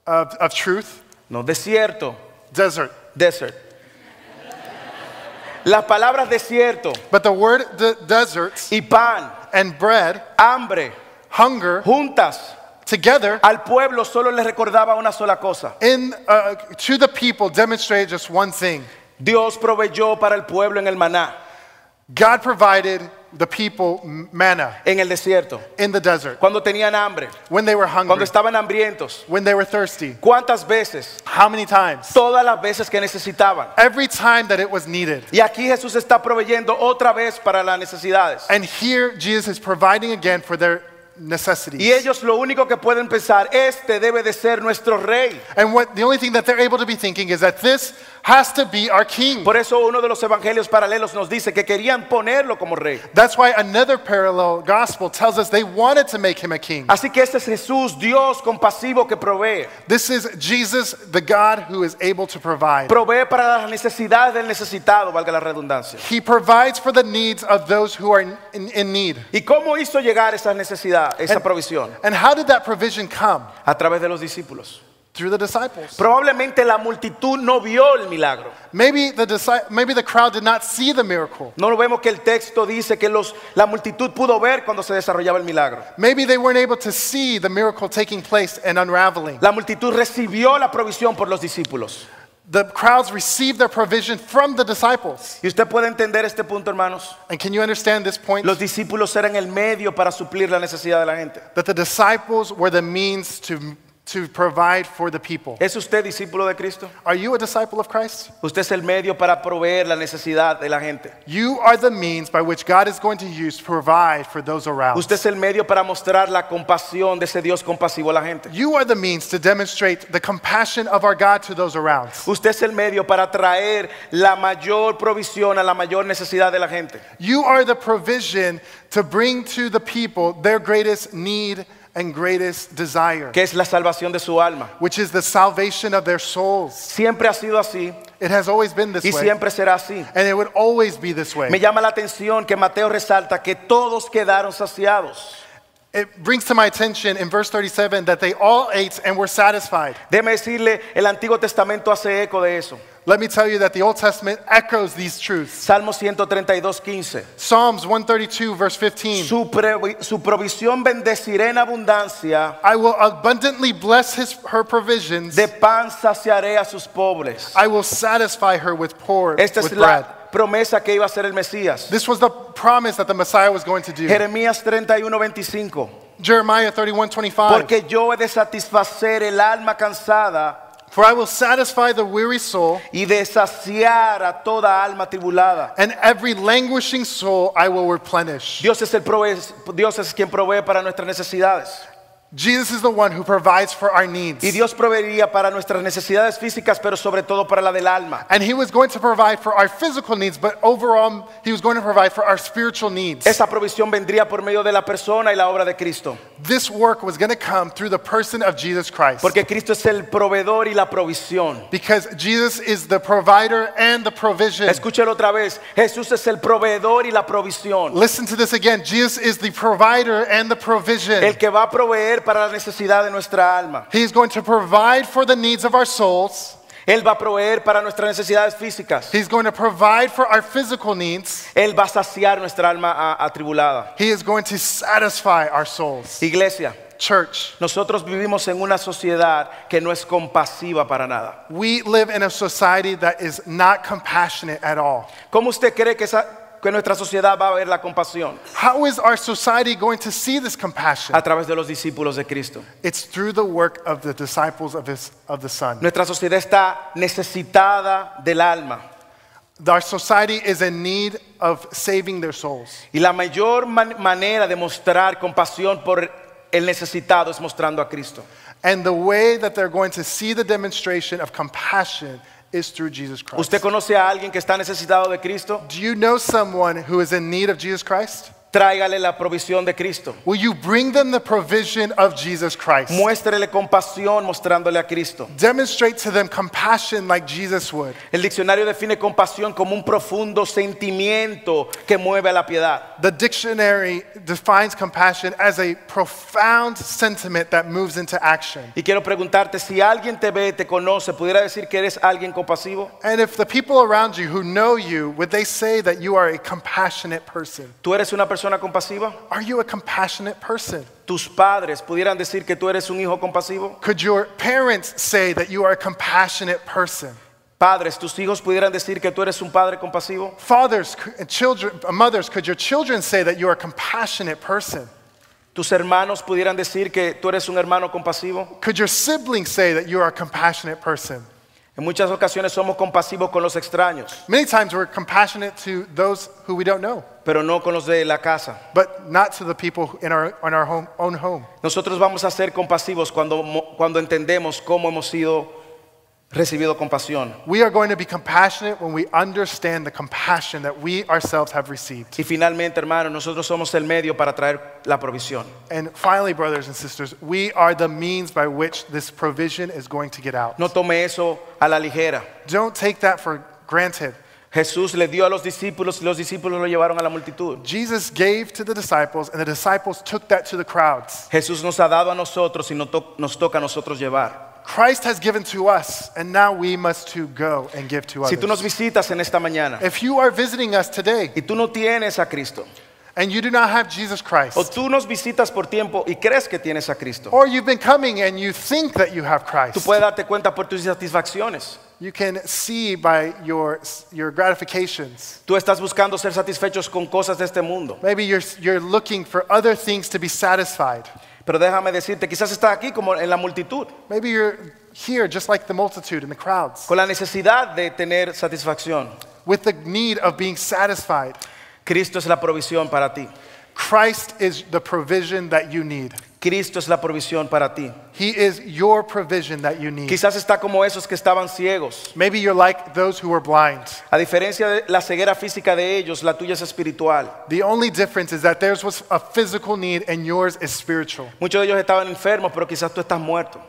Speaker 2: of, of truth,
Speaker 1: no, desierto,
Speaker 2: desert,
Speaker 1: desert. Las palabras desierto
Speaker 2: but the word de- desert
Speaker 1: y pan,
Speaker 2: and bread,
Speaker 1: hambre,
Speaker 2: hunger
Speaker 1: juntas
Speaker 2: together
Speaker 1: al pueblo solo le recordaba una sola cosa.
Speaker 2: in, uh, to the people demonstrate just one thing
Speaker 1: Dios proveyó para el pueblo en el maná,
Speaker 2: God provided the people manna
Speaker 1: en el desierto,
Speaker 2: in the desert
Speaker 1: cuando tenían hambre,
Speaker 2: when they were
Speaker 1: cuando
Speaker 2: hungry,
Speaker 1: estaban hambrientos.
Speaker 2: when they were thirsty.
Speaker 1: ¿Cuántas veces?
Speaker 2: How many times?
Speaker 1: Todas las veces que necesitaban.
Speaker 2: Every time that it was needed.
Speaker 1: Y aquí Jesús está proveyendo otra vez para las necesidades.
Speaker 2: And here Jesus is providing again for their necessities.
Speaker 1: Y ellos lo único que pueden pensar, este debe de ser nuestro rey.
Speaker 2: And what the only thing that they're able to be thinking is that this has to be our king.
Speaker 1: Por eso uno de los evangelios paralelos nos dice que querían ponerlo como rey.
Speaker 2: That's why another parallel gospel tells us they wanted to make him a king.
Speaker 1: Así que este es Jesús, Dios compasivo que provee.
Speaker 2: This is Jesus, the God who is able to provide.
Speaker 1: Provee para las necesidades del necesitado, valga la redundancia.
Speaker 2: He provides for the needs of those who are in, in, in need.
Speaker 1: ¿Y cómo hizo llegar esa necesidad, esa
Speaker 2: And-
Speaker 1: provisión?
Speaker 2: And how did that provision come?
Speaker 1: A través de los discípulos.
Speaker 2: Through the disciples.
Speaker 1: Probablemente la multitud no vio el milagro.
Speaker 2: Maybe the, disci- maybe the crowd did not see the miracle.
Speaker 1: No lo vemos que el texto dice que los, la multitud pudo ver cuando se desarrollaba el milagro.
Speaker 2: Maybe they weren't able to see the miracle taking place and unraveling.
Speaker 1: La multitud recibió la provisión por los discípulos.
Speaker 2: The crowds received their provision from the disciples.
Speaker 1: Y usted puede entender este punto, hermanos.
Speaker 2: And can you understand this point?
Speaker 1: Los discípulos eran el medio para suplir la necesidad de la gente.
Speaker 2: That the disciples were the means to, to provide for the people.
Speaker 1: ¿Es usted discípulo de Cristo?
Speaker 2: Are you a disciple of Christ?
Speaker 1: Usted es el medio para proveer la necesidad de la gente.
Speaker 2: You are the means by which God is going to use to provide for those around.
Speaker 1: Usted es el medio para mostrar la compasión de ese Dios compasivo a la gente.
Speaker 2: You are the means to demonstrate the compassion of our God to those around.
Speaker 1: Usted es el medio para traer la mayor provisión a la mayor necesidad de la gente.
Speaker 2: You are the provision to bring to the people their greatest need and greatest desire,
Speaker 1: que es la salvación de su alma.
Speaker 2: which is the salvation of their souls.
Speaker 1: Siempre ha sido así
Speaker 2: It has always been this
Speaker 1: y
Speaker 2: way,
Speaker 1: siempre será así.
Speaker 2: and it would always be this way.
Speaker 1: Me llama la atención que Mateo resalta que todos quedaron saciados.
Speaker 2: It brings to my attention in verse 37 that they all ate and were satisfied.
Speaker 1: Déjeme decirle, el Antiguo Testamento hace eco de eso.
Speaker 2: Let me tell you that the Old Testament echoes these truths.
Speaker 1: Salmo 132, 15.
Speaker 2: Psalms 132, verse 15.
Speaker 1: Su, previ- su provisión bendeciré en abundancia,
Speaker 2: I will abundantly bless his, her provisions.
Speaker 1: de pan saciaré a sus pobres.
Speaker 2: I will satisfy her with poor
Speaker 1: Esta es
Speaker 2: Ah, with bread.
Speaker 1: la promesa que iba a hacer el Mesías.
Speaker 2: This was the promise that the Messiah was going to do.
Speaker 1: Jeremías 31, 25.
Speaker 2: Jeremiah 31, 25.
Speaker 1: Porque yo he de satisfacer el alma cansada
Speaker 2: For I will satisfy the weary soul,
Speaker 1: y de saciar a toda alma tribulada.
Speaker 2: and every languishing soul I will replenish.
Speaker 1: Dios es, el prove- Dios es quien provee para nuestras necesidades.
Speaker 2: Jesus is the one who provides for our needs.
Speaker 1: Y Dios proveería para nuestras necesidades físicas, pero sobre todo para la del alma.
Speaker 2: And he was going to provide for our physical needs, but overall, he was going to provide for our spiritual needs.
Speaker 1: Esa provisión vendría por medio de la persona y la obra de Cristo.
Speaker 2: This work was going to come through the person of Jesus Christ.
Speaker 1: Porque Cristo es el proveedor y la provisión.
Speaker 2: because Jesus is the provider and the provision.
Speaker 1: Escúchelo otra vez. Jesús es el proveedor y la provisión.
Speaker 2: Listen to this again. Jesus is the provider and the provision.
Speaker 1: El que va a proveer para la necesidad de nuestra alma.
Speaker 2: He is going to provide for the needs of our souls.
Speaker 1: Él va a proveer para nuestras necesidades físicas.
Speaker 2: He's going to provide for our physical needs.
Speaker 1: Él va a saciar nuestra alma a- atribulada.
Speaker 2: He is going to satisfy our souls.
Speaker 1: Iglesia,
Speaker 2: Church,
Speaker 1: Nosotros vivimos en una sociedad que no es compasiva para nada.
Speaker 2: we live in a society that is not compassionate at all.
Speaker 1: ¿Cómo usted cree que, esa- que nuestra sociedad va a ver la compasión?
Speaker 2: How is our society going to see this compassion?
Speaker 1: A través de los discípulos de Cristo.
Speaker 2: It's through the work of the disciples of, his, of the Son.
Speaker 1: Nuestra sociedad está necesitada del alma.
Speaker 2: Our society is in need of saving their souls.
Speaker 1: Y la mayor man- manera de mostrar compasión por el necesitado es mostrando a Cristo.
Speaker 2: And the way that they're going to see the demonstration of compassion is through Jesus Christ.
Speaker 1: ¿Usted conoce a alguien que está necesitado de Cristo?
Speaker 2: Do you know someone who is in need of Jesus Christ?
Speaker 1: Tráigale la provisión de Cristo.
Speaker 2: Will you bring them the provision of Jesus Christ?
Speaker 1: Muéstrele compasión mostrándole a Cristo.
Speaker 2: Demonstrate to them compassion like Jesus would.
Speaker 1: El diccionario define compasión como un profundo sentimiento que mueve a la piedad.
Speaker 2: The dictionary defines compassion as a profound sentiment that moves into action.
Speaker 1: Y quiero preguntarte, si alguien te ve, te conoce, ¿pudiera decir que eres alguien compasivo?
Speaker 2: And if the people around you who know you, would they say that you are a compassionate person?
Speaker 1: Tú eres una persona compasiva?
Speaker 2: Are you a compassionate person?
Speaker 1: ¿Tus padres pudieran decir que tú eres un hijo compasivo?
Speaker 2: Could your parents say that you are a compassionate person?
Speaker 1: Padres, tus hijos pudieran decir que tú eres un padre compasivo.
Speaker 2: Fathers c- and children, uh, mothers, could your children say that you are a compassionate person?
Speaker 1: Tus hermanos pudieran decir que tú eres un hermano compasivo.
Speaker 2: Could your siblings say that you are a compassionate person?
Speaker 1: En muchas ocasiones somos compasivos con los extraños,
Speaker 2: Many times we're compassionate to those who we don't know,
Speaker 1: pero no con los de la casa.
Speaker 2: but not to the people in our, in our home, own home.
Speaker 1: Nosotros vamos a ser compasivos cuando, mo- cuando entendemos cómo hemos sido recibido compasión.
Speaker 2: We are going to be compassionate when we understand the compassion that we ourselves have received.
Speaker 1: Y finalmente, hermanos, nosotros somos el medio para traer la provisión.
Speaker 2: And finally, brothers and sisters, we are the means by which this provision is going to get out.
Speaker 1: No tome eso a la ligera.
Speaker 2: Don't take that for granted.
Speaker 1: Jesús le dio a los discípulos y los discípulos lo llevaron a la multitud.
Speaker 2: Jesus gave to the disciples, and the disciples took that to the crowds.
Speaker 1: Jesús nos ha dado a nosotros y no to- nos toca a nosotros llevar.
Speaker 2: Christ has given to us, and now we must to go and give to
Speaker 1: Si tú nos
Speaker 2: others.
Speaker 1: visitas en esta mañana
Speaker 2: If you are visiting us today
Speaker 1: y tú no tienes a Cristo,
Speaker 2: and you do not have Jesus
Speaker 1: o
Speaker 2: Christ,
Speaker 1: tú nos visitas por tiempo y crees que tienes a Cristo,
Speaker 2: or you've been coming and you think that you have
Speaker 1: tú
Speaker 2: Christ,
Speaker 1: puedes darte cuenta por tus satisfacciones.
Speaker 2: you can see by your, your gratifications.
Speaker 1: Tú estás buscando ser satisfechos con cosas de este mundo.
Speaker 2: Maybe you're, you're looking for other things to be satisfied.
Speaker 1: Pero déjame decirte, quizás estás aquí como en la multitud,
Speaker 2: Maybe you're here just like the multitude in the crowds
Speaker 1: con la necesidad de tener satisfacción.
Speaker 2: with the need of being satisfied.
Speaker 1: Cristo es la provisión para ti.
Speaker 2: Christ is the provision that you need.
Speaker 1: Cristo es la provisión para ti.
Speaker 2: He is your provision that you need.
Speaker 1: Quizás está como esos que estaban ciegos.
Speaker 2: Maybe you're like those who are blind.
Speaker 1: A diferencia de la ceguera física de ellos, la tuya es espiritual.
Speaker 2: The only difference is that theirs was a physical need and yours is spiritual.
Speaker 1: Muchos de ellos estaban enfermos, pero quizás tú estás muerto.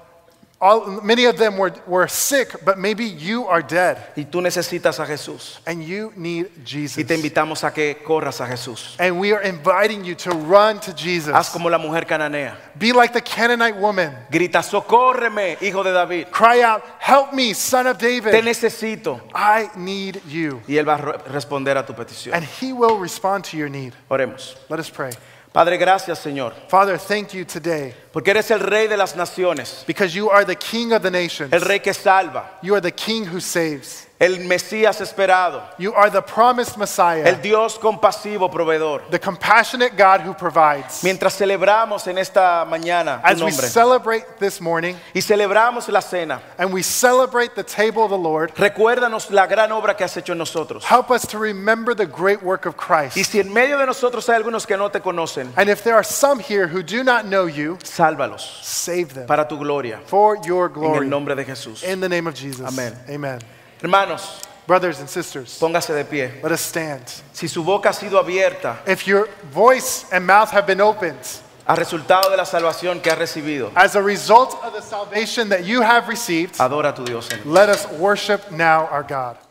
Speaker 2: All, many of them were, were sick, but maybe you are dead
Speaker 1: Y tú necesitas a Jesús.
Speaker 2: and you need Jesus.
Speaker 1: Y te invitamos a que corras a Jesús.
Speaker 2: And we are inviting you to run to
Speaker 1: Haz
Speaker 2: Jesus.
Speaker 1: como la mujer cananea.
Speaker 2: Be like the Canaanite woman.
Speaker 1: Grita, socórreme, hijo de David.
Speaker 2: Cry out, Help me, son of
Speaker 1: Te
Speaker 2: David.
Speaker 1: necesito.
Speaker 2: I need you.
Speaker 1: Y Él va a re- responder a tu petición.
Speaker 2: And he will respond to your need.
Speaker 1: Oremos.
Speaker 2: Let us pray.
Speaker 1: Padre, gracias Señor,
Speaker 2: Father, thank you today
Speaker 1: porque eres el rey de las naciones,
Speaker 2: because you are the king of the nations.
Speaker 1: el rey que salva,
Speaker 2: You are the king who saves.
Speaker 1: el Mesías esperado,
Speaker 2: You are the promised Messiah,
Speaker 1: el Dios compasivo proveedor.
Speaker 2: the compassionate God who provides.
Speaker 1: Mientras celebramos en esta mañana tu
Speaker 2: As we
Speaker 1: nombre
Speaker 2: celebrate this morning
Speaker 1: y celebramos la cena,
Speaker 2: and we celebrate the table of the Lord,
Speaker 1: recuérdanos la gran obra que has hecho en nosotros.
Speaker 2: help us to remember the great work of
Speaker 1: Y
Speaker 2: Christ.
Speaker 1: si en medio de nosotros hay algunos que no te conocen,
Speaker 2: And if there are some here who do not know you,
Speaker 1: sálvalos
Speaker 2: save them
Speaker 1: para tu gloria,
Speaker 2: for your
Speaker 1: en el
Speaker 2: glory.
Speaker 1: nombre de Jesús.
Speaker 2: In the name of Jesus.
Speaker 1: Amen.
Speaker 2: Amen.
Speaker 1: Hermanos,
Speaker 2: Brothers and sisters,
Speaker 1: póngase de pie.
Speaker 2: let us stand.
Speaker 1: Si su boca ha sido abierta
Speaker 2: If your voice and mouth have been opened
Speaker 1: a resultado de la salvación que has recibido,
Speaker 2: as a result of the salvation that you have received,
Speaker 1: adora a tu Dios, Señor.
Speaker 2: let us worship now our God.